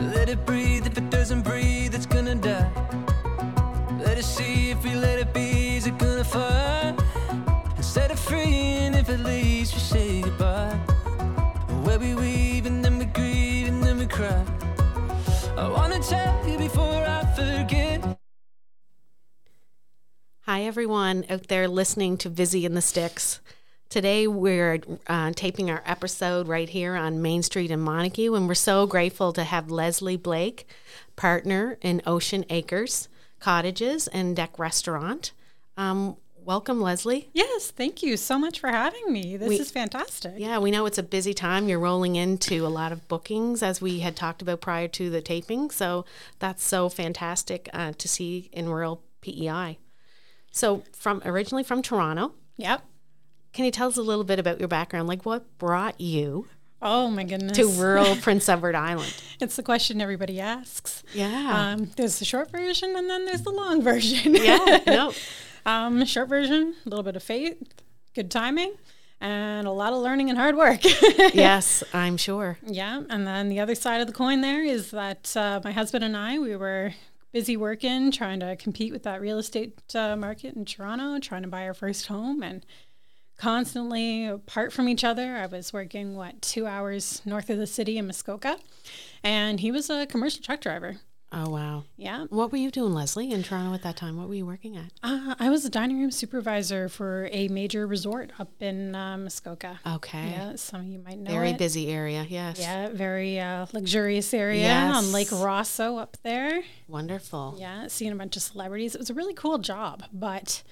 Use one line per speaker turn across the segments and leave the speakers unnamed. Let it breathe, if it doesn't breathe, it's gonna die. Let it see, if we let it be, is it gonna fly? And set it free, and if it leaves, we say goodbye. Where we weave, and then we grieve, and then we cry. I wanna tell you before I forget.
Hi, everyone out there listening to Vizzy and the Sticks. Today, we're uh, taping our episode right here on Main Street in Montague, and we're so grateful to have Leslie Blake, partner in Ocean Acres Cottages and Deck Restaurant. Um, welcome, Leslie.
Yes, thank you so much for having me. This
We-
is fantastic.
Yeah, we know it's a busy time. You're rolling into a lot of bookings, as we had talked about prior to the taping. So that's so fantastic uh, to see in rural PEI. So, from originally from Toronto,
Yep.
Can you tell us a little bit about your background? Like, what brought you
Oh my goodness.
to rural Prince Edward Island?
It's the question everybody asks.
Yeah.
Um, there's the short version and then there's the long version.
yeah. Uh, No.
um, short version, a little bit of faith, good timing, and a lot of learning and hard work.
Yes, I'm sure.
Yeah, and then the other side of the coin there is that uh, my husband and I we were busy working, trying to compete with that real estate uh, market in Toronto, trying to buy our first home, and constantly apart from each other. I was working what two hours north of the city in Muskoka, and he was a commercial truck driver.
Oh, wow.
Yeah,
What were you doing, Leslie, in Toronto at that time? What were you working at?
uh, I was a dining room supervisor for a major resort up in uh, Muskoka.
Okay.
Yeah, some of you might know
Very
it.
busy area. Yes.
Yeah, very uh, luxurious area on Lake
Yes.
Rosso up there.
Wonderful.
Yeah, seeing a bunch of celebrities. It was a really cool job, but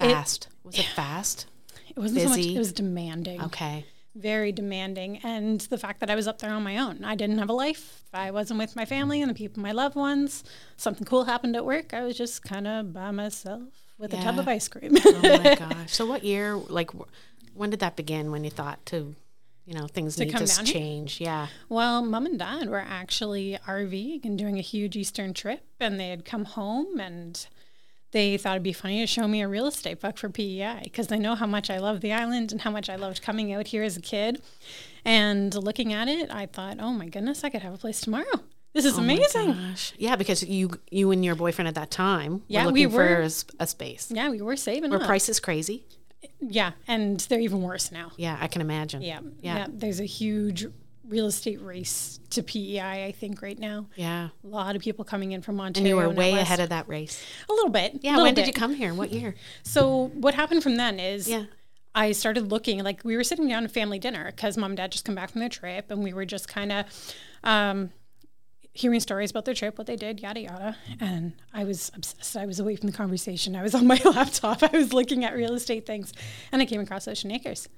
It-
Fast. was it fast?
it wasn't so much.
Busy.
It was demanding,
Okay.
very demanding, and the fact that I was up there on my own, I didn't have a life. I wasn't with my family and the people, my loved ones. Something cool happened at work. I was just kind of by myself with a tub
Yeah.
of ice cream.
Oh, my gosh. So, what year, like, wh- when did that begin when you thought to, you know, things need
come
to
down here?
change? Yeah.
Well, mom and dad were actually RVing and doing a huge Eastern trip, and they had come home and they thought it'd be funny to show me a real estate book for PEI because they know how much I love the island and how much I loved coming out here as a kid. And looking at it, I thought, oh my goodness, I could have a place tomorrow. This
Oh
is amazing.
Gosh. Yeah, because you you and your boyfriend at that time
Yeah,
were
we
looking for
were.
a, s- a space.
Yeah, we were saving
Were
up.
prices crazy?
yeah, and they're even worse now.
Yeah, I can imagine.
Yeah,
Yeah.
yeah. There's a huge real estate race to PEI, I think, right now.
Yeah.
A lot of people coming in from Ontario.
And you were
out
way
west.
ahead of that race.
A little bit.
Yeah.
little
When did you
bit.
come here? What year?
So what happened from then is
Yeah.
I started looking like we were sitting down at family dinner because mom and dad just come back from their trip and we were just kind of um, hearing stories about their trip, what they did, yada yada. And I was obsessed. I was away from the conversation. I was on my laptop. I was looking at real estate things, and I came across Ocean Acres.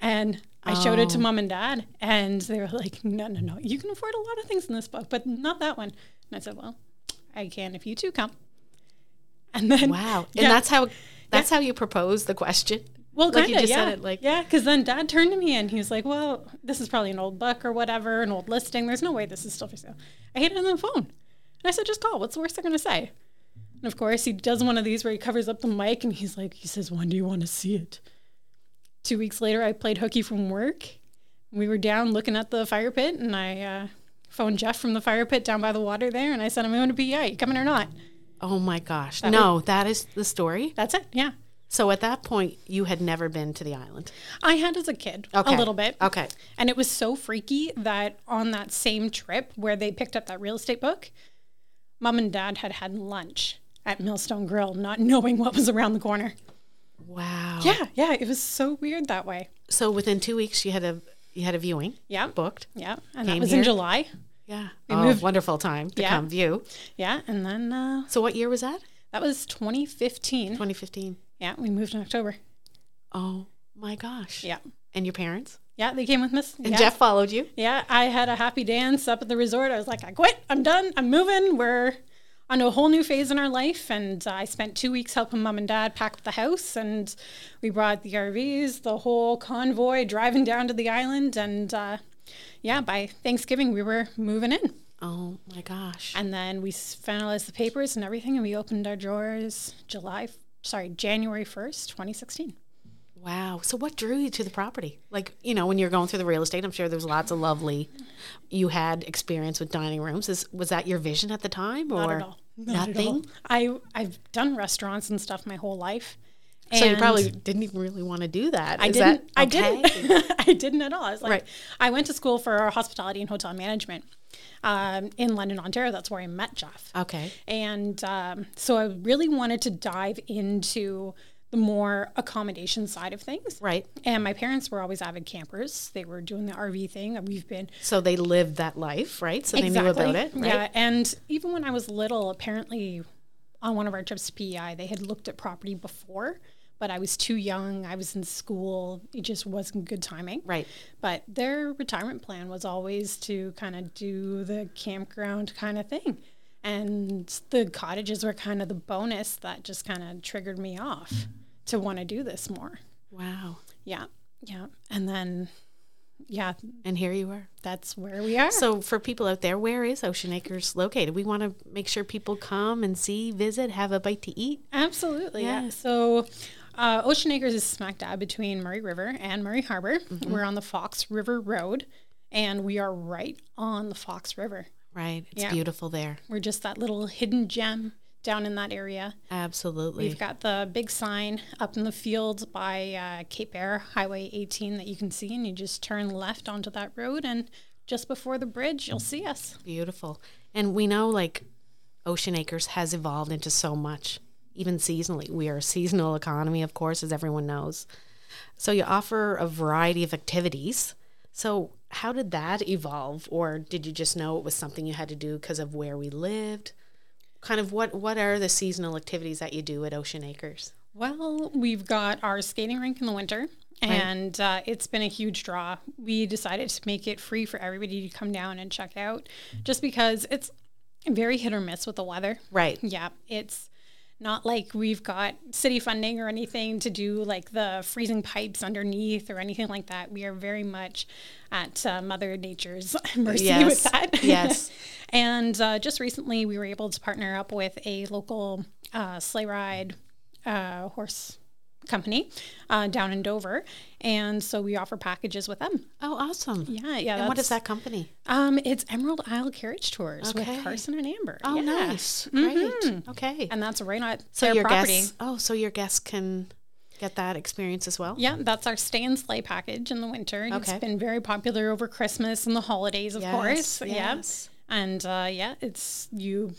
And I showed it to
Oh.
mom and dad, and they were like, "No, no, no! You can afford a lot of things in this book, but not that one." And I said, "Well, I can if you two come." And then
Wow.
Yeah.
And that's how that's how you proposed the question.
Well,
Like, you
kinda,
just
yeah.
said it, like-
yeah, because then Dad turned to me and he was like, "Well, this is probably an old book or whatever, an old listing. There's no way this is still for sale." I hit it on the phone, and I said, "Just call. What's the worst they're gonna say?" And of course, he does one of these where he covers up the mic and he's like, "He says, when do you want to see it?" Two weeks later, I played hooky from work. We were down looking at the fire pit, and I uh, phoned Jeff from the fire pit down by the water there, and I said, "I'm going to PEI. You coming or not?"
Oh my gosh. no, that is the story.
That's it. Yeah,
So at that point, you had never been to the island.
I had as a kid
Okay.
a little bit.
Okay.
And it was so freaky that on that same trip where they picked up that real estate book, mom and dad had had lunch at Millstone Grill, not knowing what was around the corner.
Wow.
Yeah, yeah, it was so weird that way.
So within two weeks, you had a you had a viewing
Yeah,
booked.
yeah, and
Came
that was
here.
in July.
Yeah. oh,
moved-
wonderful time to
Yeah.
come view.
Yeah, and then uh,
So what year was that?
that was 2015.
2015.
Yeah, we moved in October.
Oh my gosh.
Yeah,
And your parents?
yeah, they came with us.
And
yeah.
Jeff followed you.
Yeah, I had a happy dance up at the resort. I was like, I quit. I'm done. I'm moving. We're on a whole new phase in our life. And I spent two weeks helping mom and dad pack up the house. And we brought the RVs, the whole convoy driving down to the island. And uh, yeah, by Thanksgiving, we were moving in.
Oh my gosh.
And then we s- finalized the papers and everything. And we opened our drawers July, sorry, January 1st, 2016.
Wow. So what drew you to the property? Like, you know, when you're going through the real estate, I'm sure there's lots of lovely you had experience with dining rooms. Is was that your vision at the time or
Not at all. Not at
nothing?
all. I I've done restaurants and stuff my whole life.
So you
and
probably didn't even really want to do that.
I
Is
didn't.
that okay?
I didn't. I didn't at all. I was like,
Right.
I went to school for hospitality and hotel management um, in London, Ontario. That's where I met Jeff.
Okay.
And um, so I really wanted to dive into the more accommodation side of things.
Right.
And my parents were always avid campers. They were doing the RV thing. and We've been
So they lived that life, right? So they knew about it, right?
Yeah. And even when I was little, apparently on one of our trips to PEI, they had looked at property before, but I was too young. I was in school. It just wasn't good timing.
Right.
But their retirement plan was always to kind of do the campground kind of thing. And the cottages were kind of the bonus that just kind of triggered me off to want to do this more.
Wow.
Yeah. Yeah. And then, yeah,
And here you are.
that's where we are.
So for people out there, where is Ocean Acres located? We want to make sure people come and see, visit, have a bite to eat.
Absolutely. Yeah.
Yeah.
So uh, Ocean Acres is smack dab between Murray River and Murray Harbor. We're on the Fox River Road and we are right on the Fox River.
Right. It's
Yeah.
beautiful there.
We're just that little hidden gem down in that area.
Absolutely.
We've got the big sign up in the field by uh, Cape Air Highway 18 that you can see, and you just turn left onto that road, and just before the bridge, you'll see us.
Beautiful. And we know like Ocean Acres has evolved into so much, even seasonally. We are a seasonal economy, of course, as everyone knows. So you offer a variety of activities. So how did that evolve or did you just know it was something you had to do because of where we lived? Kind of what what are the seasonal activities that you do at Ocean Acres?
Well, we've got our skating rink in the winter, and uh, it's been a huge draw. We decided to make it free for everybody to come down and check it out, just because it's very hit or miss with the weather.
Right.
Yeah, it's not like we've got city funding or anything to do like the freezing pipes underneath or anything like that. We are very much at uh, Mother Nature's mercy
Yes,
with that.
yes.
and uh, just recently, we were able to partner up with a local uh, sleigh ride uh, horse company uh, down in Dover, and so we offer packages with them.
Oh, awesome.
Yeah, yeah.
And what
that's-
is that company?
Um, it's Emerald Isle Carriage Tours
Okay.
with Carson and Amber.
Oh,
Yeah.
nice. Mm-hmm. Great. Okay.
And that's right at
So
their
your
property.
guests. Oh, so your guests can get that experience as well.
Yeah, that's our stay and sleigh package in the winter. and
Okay.
It's been very popular over Christmas and the holidays, of
Yes,
course. Yeah.
yes.
And uh, yeah, it's you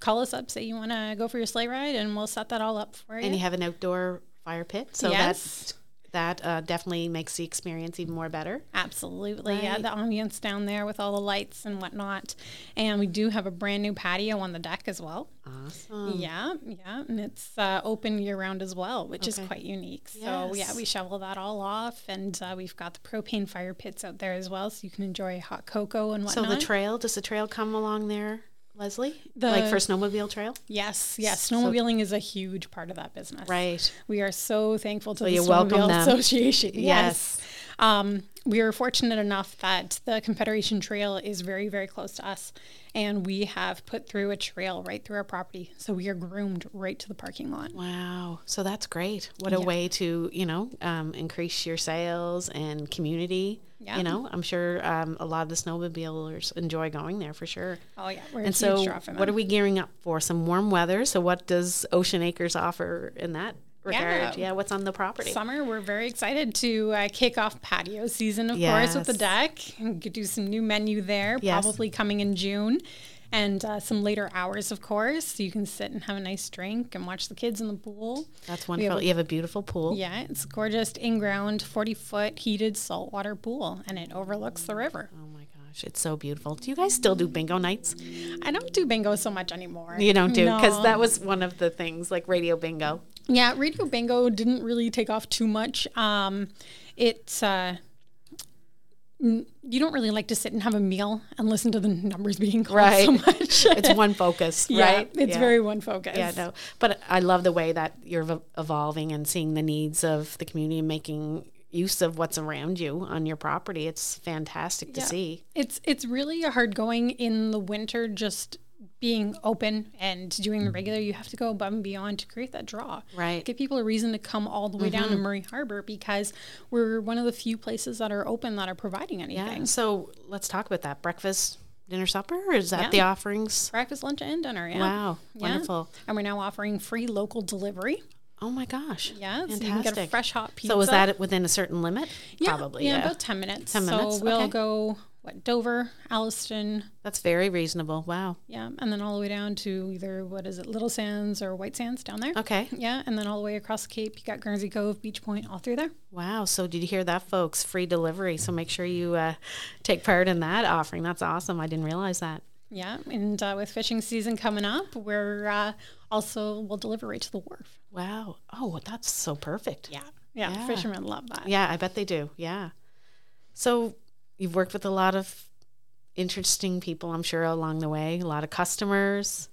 call us up, say you want to go for your sleigh ride, and we'll set that all up for you.
And you have an outdoor fire pit, so
Yes.
that that uh, definitely makes the experience even more better.
Absolutely. Yeah, the ambience down there with all the lights and whatnot. And we do have a brand new patio on the deck as well.
Awesome.
Yeah, yeah, and it's uh, open year round as well, which is quite unique. So yeah,
Yes.
we shovel that all off, and uh, we've got the propane fire pits out there as well, so you can enjoy hot cocoa and
So
whatnot.
the trail does the trail come along there, Leslie? like for
The-
snowmobile trail,
yes, yes, snowmobiling is a huge part of that business.
right?
We are so thankful to the
you welcome
Snowmobile
them.
Association.
Yes.
Yes. Um, we are fortunate enough that the Confederation Trail is very, very close to us, and we have put through a trail right through our property. So we are groomed right to the parking lot.
Wow. So that's great. What a way to you know um, increase your sales and community.
Yeah.
You know, I'm sure um, a lot of the snowmobilers enjoy going there for sure.
Oh yeah, we're
And
a huge
so,
draw from
what
them.
are we gearing up for? Some warm weather. So, what does Ocean Acres offer in that regard? Yeah,
Yeah.
what's on the property?
summer. We're very excited to uh, kick off patio season, of course, with the deck. And could do some new menu there,
Yes.
probably coming in June, and uh, some later hours, of course. So you can sit and have a nice drink and watch the kids in the pool.
That's wonderful. you have a beautiful pool.
Yeah, it's a gorgeous in-ground, forty-foot heated saltwater pool, and it overlooks the river.
Oh my gosh, it's so beautiful. Do you guys still do bingo nights?
I don't do bingo so much anymore.
You don't do because
No.
that was one of the things like radio bingo.
Yeah, Radio Bingo didn't really take off too much. Um, it's uh, n- you don't really like to sit and have a meal and listen to the numbers being called so
Right.
much.
It's one focus,
yeah,
right?
it's
Yeah.
very one focus.
Yeah, no. But I love the way that you're ev- evolving and seeing the needs of the community and making use of what's around you on your property. It's fantastic to see.
It's it's really hard going in the winter just being open and doing the regular, you have to go above and beyond to create that draw.
Mm-hmm. Right. Mm-hmm.
Give people a reason to come all the way down to Murray Harbor because we're one of the few places that are open that are providing
Yeah.
anything.
So let's talk about that breakfast, dinner, supper, or is that the offerings?
Breakfast, lunch, and dinner. Yeah.
Wow,
Yeah.
wonderful.
And we're now offering free local delivery.
Oh my gosh.
Yeah. So you can
Fantastic.
get a fresh hot pizza.
so was that within a certain limit?
yeah,
Probably.
Yeah,
Yeah.
about 10 minutes.
10
so
minutes,
we'll
okay.
go, what, Dover, Alliston,
That's very reasonable. Wow.
yeah, and then all the way down to either, what is it, Little Sands or White Sands down there.
Okay.
Yeah, and then all the way across the Cape, you got Guernsey Cove, Beach Point, all through there.
Wow. So did you hear that, folks? Free delivery. So make sure you uh, take part in that offering. That's awesome. I didn't realize that.
Yeah, and uh, with fishing season coming up, we're uh, also we'll deliver right to the wharf.
Wow. Oh, that's so perfect.
Yeah, yeah,
Yeah.
fishermen love that.
Yeah, I bet they do. Yeah. So you've worked with a lot of interesting people, I'm sure, along the way, a lot of customers.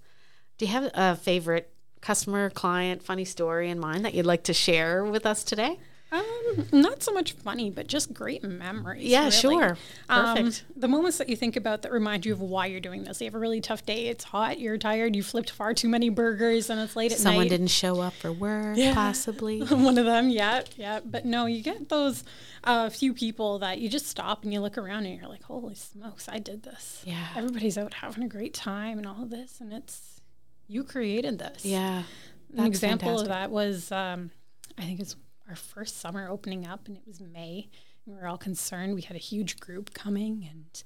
Do you have a favorite customer, client, funny story in mind that you'd like to share with us today?
Um, not so much funny, but just great memories.
Yeah,
really.
sure.
Um,
Perfect.
the moments that you think about that remind you of why you're doing this. You have a really tough day. It's hot. You're tired. You flipped far too many burgers, and it's late at
Someone
night.
didn't show up for work, possibly.
one of them yeah yeah but no you get those uh, few people that you just stop and you look around and you're like holy smokes i did this
Yeah.
everybody's out having a great time and all of this and it's you created this
Yeah.
an
that's
example
fantastic.
of that was um, i think it's our first summer opening up and it was may and we were all concerned we had a huge group coming and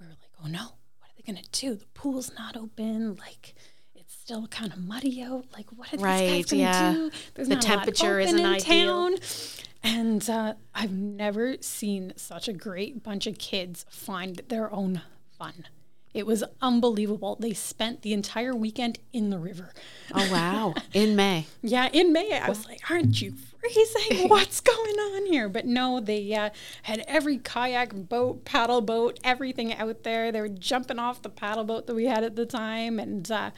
we were like oh no what are they going to do the pool's not open like it's still kind of muddy out like what are
Right,
these guys going to
yeah.
do There's
The
not a lot
temperature
open
isn't
in
ideal.
town. and uh, i've never seen such a great bunch of kids find their own fun it was unbelievable they spent the entire weekend in the river
Oh, wow. In May.
yeah, in May, I was like, aren't you freezing? What's going on here? But no, they uh, had every kayak, boat, paddle boat, everything out there. They were jumping off the paddle boat that we had at the time. And uh,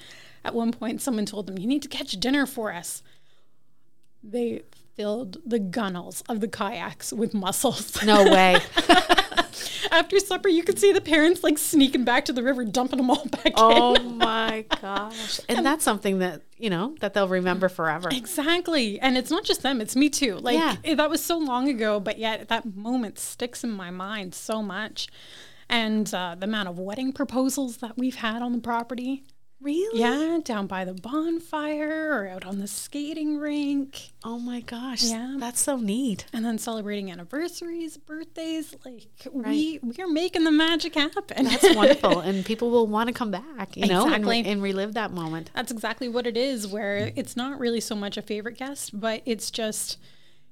at one point, someone told them, you need to catch dinner for us. They filled the gunnels of the kayaks with mussels.
No way.
After supper, you could see the parents like sneaking back to the river, dumping them all back in.
oh, my gosh. And that's something that, you know, that they'll remember forever.
Exactly. And it's not just them, it's me too. Like
Yeah.
it- that was so long ago, but yet that moment sticks in my mind so much. And uh, the amount of wedding proposals that we've had on the property.
Really?
Yeah, down by the bonfire or out on the skating rink.
Oh, my gosh.
Yeah.
That's so neat.
And then celebrating anniversaries, birthdays. Like we we are making the magic happen.
That's wonderful, and people will want to come back, you know, and, re-
Exactly.
and relive that moment.
That's exactly what it is, where it's not really so much a favorite guest, but it's just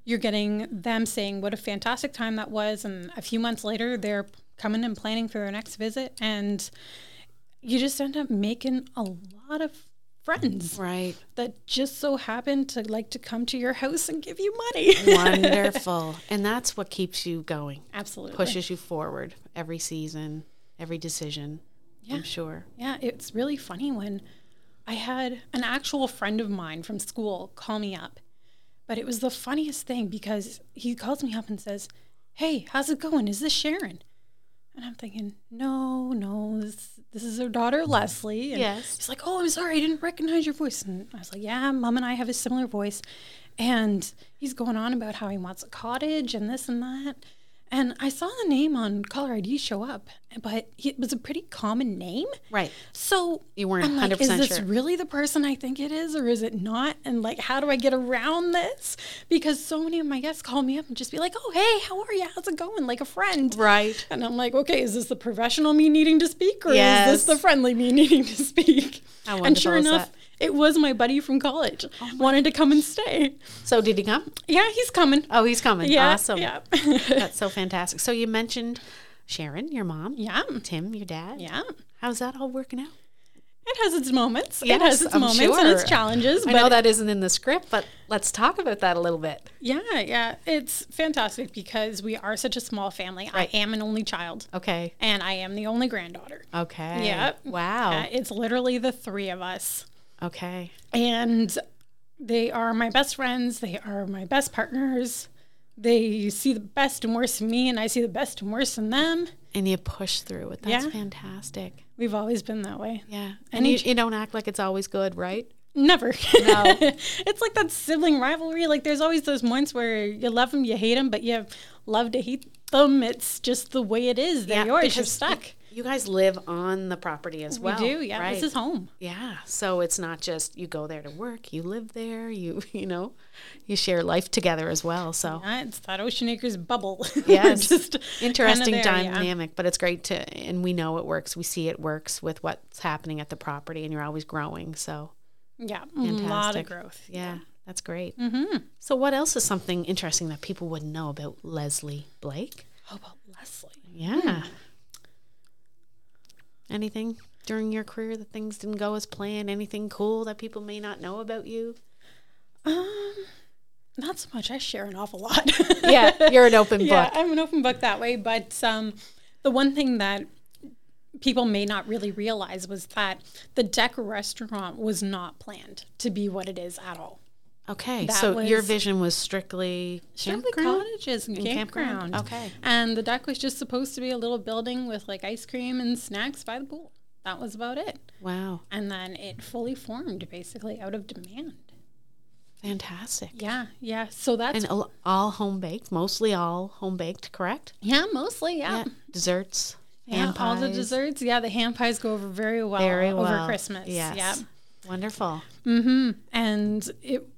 you're getting them saying what a fantastic time that was. And a few months later, they're coming and planning for their next visit. And you just end up making a lot of friends
Right.
that just so happen to like to come to your house and give you money.
Mm-hmm. Wonderful. And that's what keeps you going,
Absolutely.
pushes you forward every season, every decision.
Yeah.
I'm sure.
Yeah, it's really funny when I had an actual friend of mine from school call me up. But it was the funniest thing because he calls me up and says, Hey, how's it going? Is this Sharon? And I'm thinking, no, no, this this is her daughter Leslie. And
Yes.
He's like, oh, I'm sorry, I didn't recognize your voice. And I was like, yeah, mom and I have a similar voice. And he's going on about how he wants a cottage and this and that. And I saw the name on caller ID show up, but he- it was a pretty common name.
Right.
So
You weren't
I'm like,
100%
Is this
sure.
really the person I think it is, or is it not? And like, how do I get around this? Because so many of my guests call me up and just be like, "Oh, hey, how are you? How's it going?" Like a friend,
Right.
And I'm like, "Okay, is this the professional me needing to speak, or
Yes.
is this the friendly me needing to speak?"
How
and
wonderful
sure
is
enough,
that? Oh
it was my buddy from college wanted to come and stay.
So did he come?
Yeah, he's coming.
Oh, he's coming.
yeah,
awesome.
Yeah,
That's so fantastic. So you mentioned Sharon, your mom.
yeah,
Tim, your dad.
yeah.
How's that all working out?
It has its moments.
Yes,
it has its
I'm
moments and its
sure.
challenges.
I
but
know that isn't in the script, but let's talk about that a little bit.
Yeah, yeah. It's fantastic because we are such a small family. I am an only child
Okay.
and I am the only granddaughter.
Okay.
Yep. Uh,
Wow.
it's literally the three of us.
okay.
And they are my best friends. They are my best partners. They see the best and worst in me, and I see the best and worst in them.
and you push through it. That's
Yeah.
fantastic.
We've always been that way.
Yeah. And,
And
you,
each-
you don't act like it's always good, right?
Never.
No.
it's like that sibling rivalry. Like there's always those moments where you love them, you hate them, but you love to hate them. It's just the way it is. They're
Yeah,
yours. You're
because-
stuck.
You guys live on the property as well.
we do. Yeah.
right?
This is home.
Yeah. So it's not just you go there to work, you live there, you you know, you share life together as well. So
Uh, it's that Ocean Acres bubble.
Yeah,
We're
it's
just
interesting
kinda there, yeah.
dynamic, but it's great to and we know it works. We see it works with what's happening at the property and you're always growing. So
Yeah. A lot
Fantastic.
of growth.
yeah, that's great. Mm-hmm. So what else is something interesting that people wouldn't know about Leslie Blake?
How about Leslie?
Yeah.
Hmm.
Anything during your career that things didn't go as planned? Anything cool that people may not know about you?
Um, not so much. I share an awful lot.
Yeah, you're an open book.
yeah, I'm an open book that way. But um, the one thing that people may not really realize was that the deck restaurant was not planned to be what it is at all.
Okay,
That
so your
was-
vision was strictly
Strictly
campground?
cottages and,
campground.
campground.
Okay.
And the deck was just supposed to be a little building with like ice cream and snacks by the pool. That was about it.
Wow,
And then it fully formed basically out of demand.
fantastic!
Yeah, yeah. So that's
And al- all home baked, mostly all home baked, correct?
yeah, mostly yeah.
Desserts,
Yeah,
ham
all the
pies,
desserts. Yeah, the ham pies go over very well
very well
over Christmas.
Yes,
Yeah.
wonderful.
And it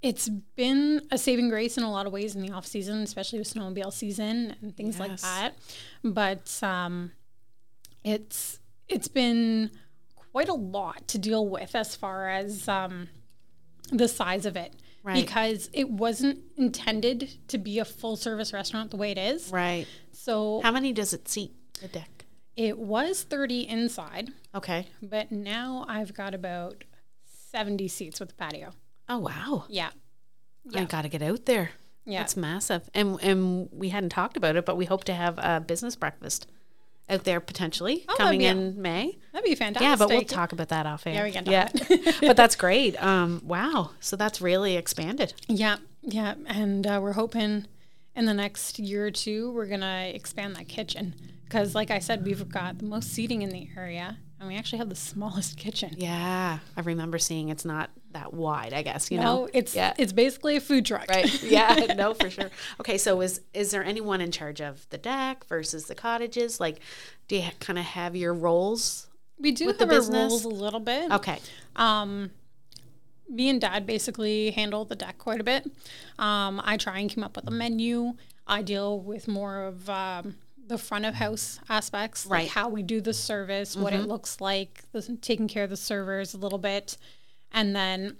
it's been a saving grace in a lot of ways in the off season, especially with snowmobile season and things like
Yes.
that. But um it's it's been quite a lot to deal with as far as um the size of it.
Right.
Because it wasn't intended to be a full service restaurant the way it is.
Right?
So
How many does it seat the deck?
it was 30 inside.
Okay.
but now I've got about 70 seats with the patio.
Oh wow!
Yeah.
I got to get out there.
Yeah.
That's massive, and and we hadn't talked about it, but we hope to have a business breakfast out there potentially
Oh, that'd
coming
be-
in May.
That'd be fantastic.
Yeah, but we'll talk about that off air.
Yeah, we can talk
yeah.
about it.
but that's great. Um, wow. So that's really expanded.
Yeah. Yeah. And uh, we're hoping in the next year or two, we're going to expand that kitchen. Because, like I said, we've got the most seating in the area, and we actually have the smallest kitchen.
Yeah. I remember seeing it's not that wide, I guess, you know?
No, it's
yeah.
it's basically a food truck.
Right. Yeah, no, for sure. Okay, so is is there anyone in charge of the deck versus the cottages? Like, do you kind of have your roles?
We do
the
have our
business?
rules a little bit.
Okay,
Um, me and dad basically handle the deck quite a bit. Um, I try and come up with a menu. I deal with more of um, the front of house aspects, like
Right. Mm-hmm.
how we do the service, what it looks like, the, taking care of the servers a little bit. And then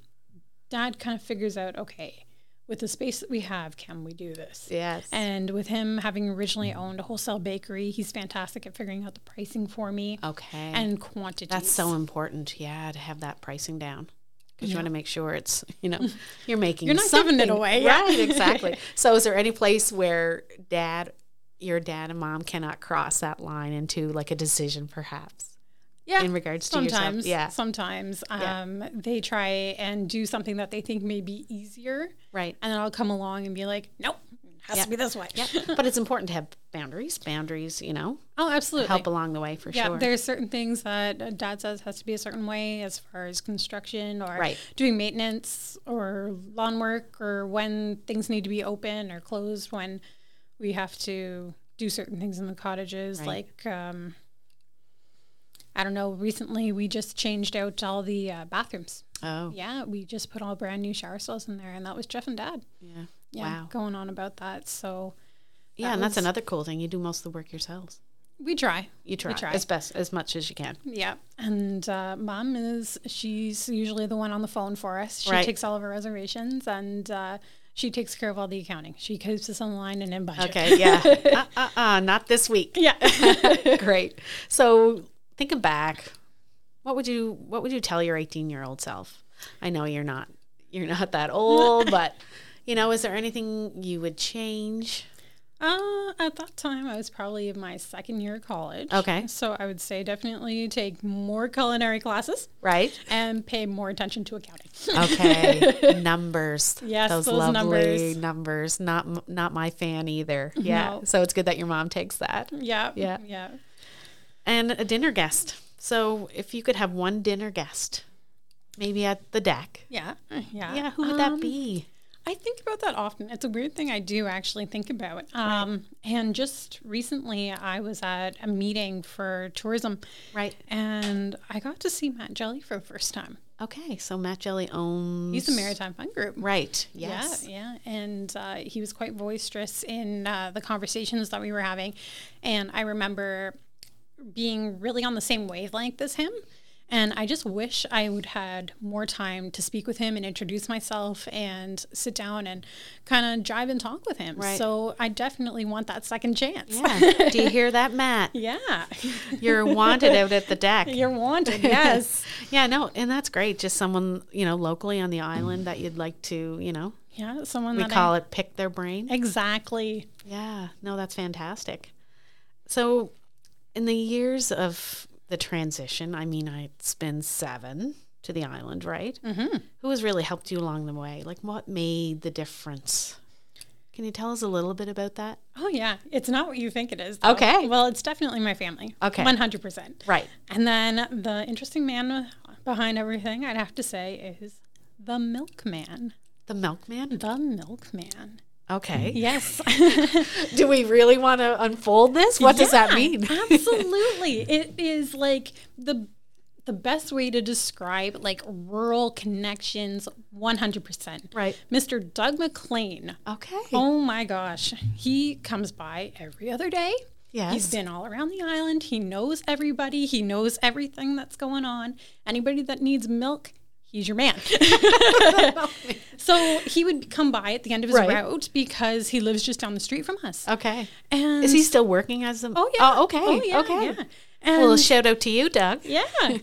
dad kind of figures out okay, with the space that we have, can we do this?
yes.
And with him having originally owned a wholesale bakery, he's fantastic at figuring out the pricing for me
okay.
and quantities.
Oh, that's so important. Yeah, to have that pricing down. Because you want to make sure it's, you know, you're making You're
not giving it away, yeah.
Right, exactly. so is there any place where dad, your dad and mom cannot cross that line into like a decision perhaps?
yeah.
in regards to yourself.
sometimes
Yeah.
sometimes um they try and do something that they think may be easier
Right.
and then i'll come along and be like nope it has to be this way
but it's important to have boundaries. Boundaries, you know,
oh absolutely
help along the way for
yeah
sure.
there's certain things that uh, dad says has to be a certain way as far as construction or
Right.
doing maintenance or lawn work or when things need to be open or closed when we have to do certain things in the cottages like um I don't know. Recently, we just changed out all the uh, bathrooms.
Oh,
Yeah, we just put all brand new shower cells in there, and that was Jeff and Dad.
yeah.
Yeah,
Wow.
going on about that. So
Yeah, and that's another cool thing. You do most of the work yourselves.
we try.
You try,
try.
as best as much as you can.
Yeah, and uh, Mom is she's usually the one on the phone for us. She
Right.
takes all of our reservations and. Uh, she takes care of all the accounting. She keeps us online and in budget.
Okay, yeah. uh, uh, uh, not this week.
Yeah.
Great. So thinking back, what would you what would you tell your 18 year old self? I know you're not you're not that old, but you know, is there anything you would change?
Uh, at that time, I was probably in my second year of college.
Okay.
So I would say definitely take more culinary classes
Right?
and pay more attention to accounting.
Okay. numbers.
Yes,
those,
those
lovely numbers.
numbers.
Not m- not my fan either. Yeah.
No.
So it's good that your mom takes that.
yeah.
Yeah.
Yeah.
And a dinner guest. So if you could have one dinner guest, maybe at the deck.
Yeah. Yeah.
Yeah, who would that
Um,
be?
I think about that often. It's a weird thing I do actually think about. Um, And just recently, I was at a meeting for tourism,
Right.
and I got to see Matt Jelly for the first time.
Okay. So Matt Jelly owns.
He's the Maritime Fun Group.
Right. Yes.
Yeah, yeah. And uh, he was quite boisterous in uh, the conversations that we were having. And I remember being really on the same wavelength as him. And I just wish I would had more time to speak with him and introduce myself and sit down and kind of jive and talk with him.
Right.
So I definitely want that second chance.
Yeah. Do you hear that, Matt?
Yeah.
You're wanted out at the deck.
You're wanted. Yes.
Yeah, no, and that's great. Just someone, you know, locally on the island that you'd like to, you know,
yeah. Someone
we
that I-
call it pick their brain.
Exactly.
Yeah, no, that's fantastic. So, in the years of the transition, I mean, I- it's been seven to the island, right? Mm-hmm. Who has really helped you along the way? Like, what made the difference? Can you tell us a little bit about that?
Oh yeah, it's not what you think it is. though.
Okay.
Well, it's definitely my family.
Okay.
One hundred percent.
Right.
And then the interesting man behind everything, I'd have to say, is the milkman.
The milkman?
The milkman.
Okay.
Yes.
Do we really want to unfold this? What does that
Yeah,
mean?
absolutely. It is like the the best way to describe like rural connections 100%.
Right.
Mr. Doug McLean.
Okay.
Oh my gosh. He comes by every other day.
yes.
He's been all around the island. He knows everybody. He knows everything that's going on. Anybody that needs milk, he's your man. so he would come by at the end of his
Right.
route because he lives just down the street from us.
Okay.
And
Is he still working as the?
Oh yeah.
Oh, okay.
Oh, yeah,
okay.
Yeah. And
Well, shout out to you, Doug.
yeah.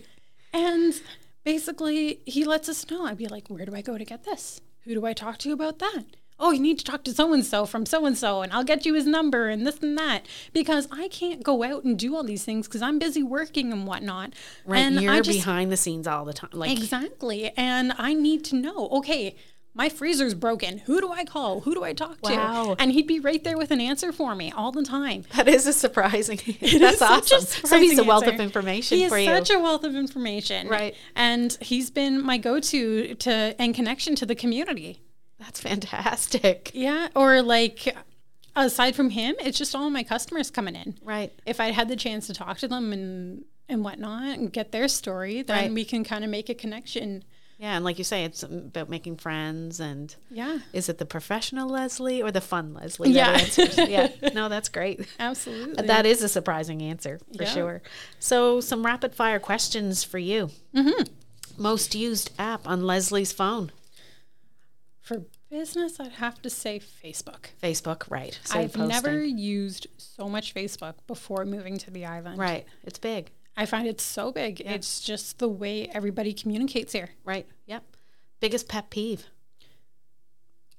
and basically, he lets us know. I'd be like, where do I go to get this? Who do I talk to about that? Oh, you need to talk to so and so from so and so, and I'll get you his number and this and that because I can't go out and do all these things because I'm busy working and whatnot.
Right.
and
You're
I just
behind the scenes all the time. Like
exactly, and I need to know. Okay. My freezer's broken. Who do I call? Who do I talk to?
Wow.
And he'd be right there with an answer for me all the time.
that is a surprising.
is
that's
such a
awesome. so he's a
surprising
wealth of
answer.
information
He is
for you.
such a wealth of information.
Right.
And he's been my go to to and connection to the community.
that's fantastic.
Yeah. Or like aside from him, it's just all my customers coming in.
Right.
If I'd had the chance to talk to them and and whatnot and get their story, then
Right.
we can kind of make a connection.
Yeah, and like you say, it's about making friends. And
Yeah.
is it the professional Leslie or the fun Leslie? that
Yeah.
answers? yeah. No, that's great.
Absolutely.
That is a surprising answer for
Yeah.
sure. So, some rapid fire questions for you. Mm-hmm. Most used app on Leslie's phone?
For business, I'd have to say Facebook.
Facebook, right. So
I've
posting.
never used so much Facebook before moving to the island.
Right. It's big.
I find it so big. It's just the way everybody communicates here.
Right. Yep. Biggest pet peeve?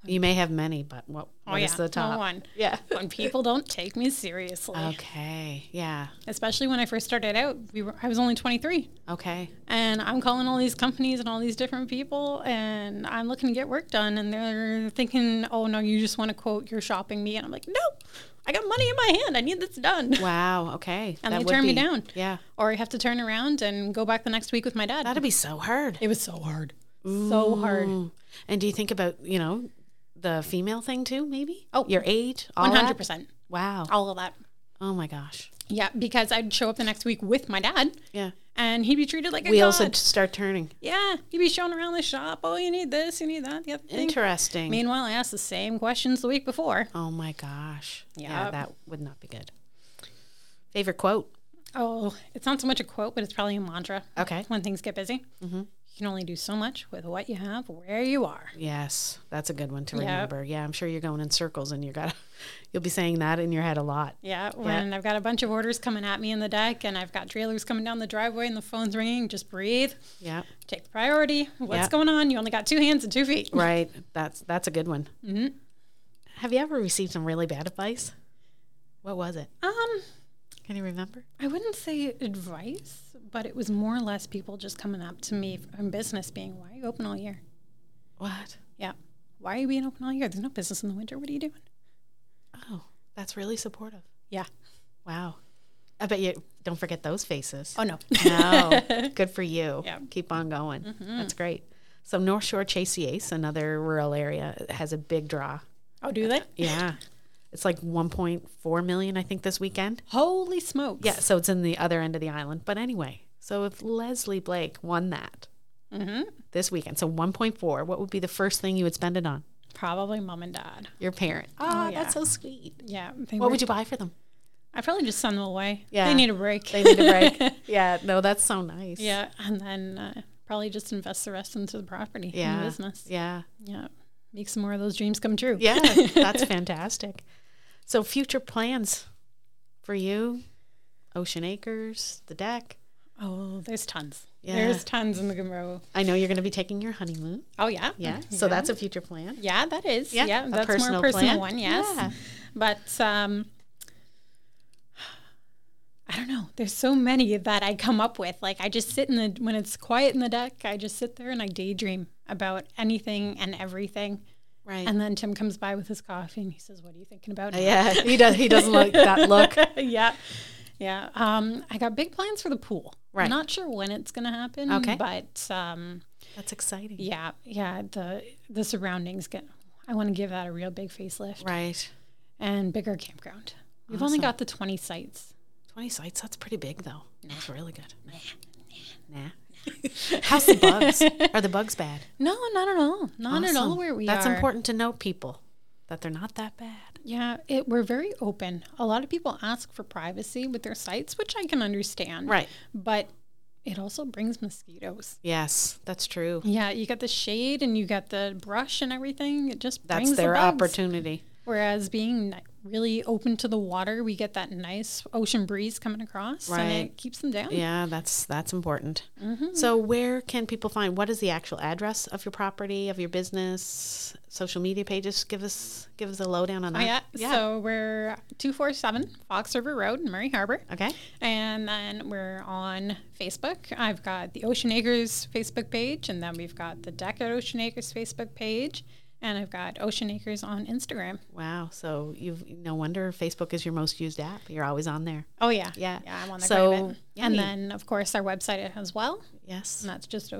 You may have many, but what,
Oh,
what is
yeah.
the
No
top? Uh,
one.
Yeah.
When people don't take me seriously,
okay. Yeah.
especially when I first started out, we were I was only 23,
Okay.
and I'm calling all these companies and all these different people, and I'm looking to get work done, and they're thinking, "Oh no, you just want to quote you're shopping me," and I'm like, "No, I got money in my hand. I need this done."
Wow. Okay.
And
That
they
would
turn me
be-
down.
Yeah.
Or I have to turn around and go back the next week with my dad.
That'd be so hard.
it was so hard, so hard.
Mm. And do you think about, you know, the female thing too, maybe? Oh, your age? all that?
100%.
Wow.
All of that.
Oh my gosh.
Yeah, because I'd show up the next week with my dad.
Yeah.
and he'd be treated like a
Wheels
god.
would start turning.
yeah, he'd be shown around the shop. Oh, you need this, you need that, the other thing.
Interesting.
Meanwhile, I asked the same questions the week before.
oh my gosh. yeah,
Yeah.
that would not be good. Favorite quote?
Oh, it's not so much a quote, but it's probably a mantra.
Okay.
When things get busy, you can only do so much with what you have, where you are.
Yes, that's a good one to
Yep.
remember. Yeah, I'm sure you're going in circles and you got to you'll be saying that in your head a lot.
Yeah, when I've got a bunch of orders coming at me in the deck and I've got trailers coming down the driveway and the phone's ringing, just breathe,
Yeah.
take the priority. What's
Yep.
going on? You only got two hands and two feet.
Right. That's that's a good one. Mm-hmm. Have you ever received some really bad advice? What was it?
Um,
Can you remember?
I wouldn't say advice, but it was more or less people just coming up to me from business being, why are you open all year?
What?
Yeah. Why are you being open all year? There's no business in the winter. What are you doing?
Oh, that's really supportive.
Yeah.
Wow. I bet you don't forget those faces.
Oh, no.
No, good for you.
Yeah.
Keep on going. That's great. So North Shore Chasiace, another rural area, has a big draw.
oh, do they?
Yeah. It's like 1.4 million, I think, this weekend.
Holy smokes.
Yeah, so it's in the other end of the island. But anyway, so if Leslie Blake won that this weekend, so 1.4, what would be the first thing you would spend it on?
Probably mom and dad.
Your parent. Oh, that's so sweet.
Yeah.
What would you buy for them?
I probably just send them away.
Yeah.
They need a break.
They need a break. yeah, no, that's so nice.
yeah. And then uh, probably just invest the rest into the property yeah.
Yeah.
business.
Yeah.
Yeah. Make some more of those dreams come true.
Yeah, that's fantastic. So, future plans for you? Ocean Acres, the deck.
Oh, there's tons.
Yeah.
There's tons in the Monroe.
I know you're going to be taking your honeymoon.
Oh, yeah.
Yeah. So, that's a future plan.
Yeah, that is.
Yeah,
Yeah,
a
that's
personal
more personal
plan.
one. Yes,
Yeah.
but um, I don't know. There's so many that I come up with. Like I just sit in the when it's quiet in the deck. I just sit there and I daydream about anything and everything.
Right.
And then Tim comes by with his coffee and he says, "What are you thinking about?" now?"
yeah, he does. He doesn't like that look.
yeah. Yeah. Um, I got big plans for the pool.
Right.
I'm not sure when it's going to happen.
Okay.
But um,
That's exciting.
yeah, yeah. The the surroundings get. I want to give that a real big facelift.
Right.
and bigger campground. We've only got the 20 sites.
20 sites. That's pretty big, though. That's really good. Nah. How's the bugs? Are the bugs bad?
No, not at all. Not at all
Awesome.
where we
That's
are.
important to know, people, that they're not that bad.
Yeah, it, we're very open. A lot of people ask for privacy with their sites, which I can understand.
Right.
But it also brings mosquitoes.
Yes, that's true.
Yeah, you got the shade and you got the brush and everything. It just
That's
brings the
their
bugs.
opportunity.
Whereas being ni- really open to the water, we get that nice ocean breeze coming across, and
Right.
it keeps them down.
Yeah, that's that's important.
Mm-hmm.
So, where can people find? What is the actual address of your property, of your business, social media pages? Give us give us a lowdown on that.
Oh, yeah. So we're 247 Fox River Road in Murray Harbor.
okay.
And then we're on Facebook. I've got the Ocean Acres Facebook page, and then we've got the Deck at Ocean Acres Facebook page, and I've got Ocean Acres on Instagram.
Wow. So you've no wonder Facebook is your most used app. You're always on there.
Oh yeah,
Yeah.
yeah, I'm on there.
So,
quite a bit. and
yay.
then of course our website as well,
Yes.
and that's just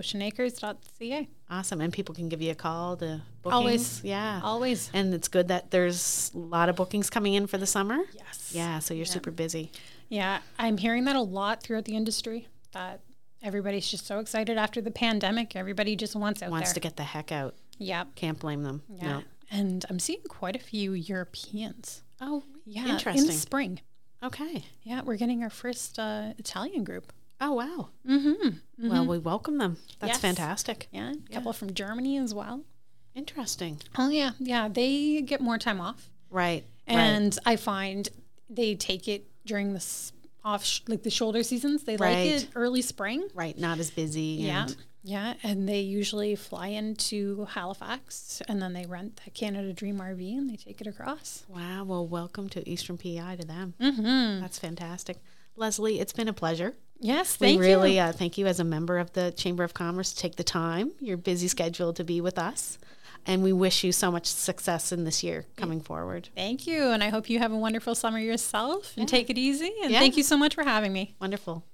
oceanacres.ca.
Awesome. And people can give you a call to bookings.
Always.
Yeah.
Always,
And it's good that there's a lot of bookings coming in for the summer.
yes,
Yeah. So you're super busy.
yeah. I'm hearing that a lot throughout the industry that everybody's just so excited after the pandemic. Everybody just wants out
Wants
there.
to get the heck out.
yep.
Can't blame them.
Yeah.
No.
And I'm seeing quite a few Europeans.
Oh,
Yeah.
Interesting.
In spring.
Okay.
Yeah, we're getting our first uh, Italian group.
Oh wow. Mm-hmm. Well, we welcome them. That's
Yes.
fantastic.
Yeah. A couple from Germany as well.
Interesting.
Oh, yeah. Yeah. They get more time off.
Right. right.
And I find they take it during the s- off, sh- like the shoulder seasons. They
Right.
like it early spring.
right, not as busy.
Yeah.
and-
Yeah. And they usually fly into Halifax and then they rent the Canada Dream RV and they take it across.
wow. Well, welcome to Eastern PI to them. Mm-hmm. That's fantastic. Leslie, it's been a pleasure.
Yes. Thank
we really
you.
Uh, thank you as a member of the Chamber of Commerce to take the time, your busy schedule to be with us. And we wish you so much success in this year coming forward.
Thank you. And I hope you have a wonderful summer yourself and take it easy. And thank you so much for having me.
Wonderful.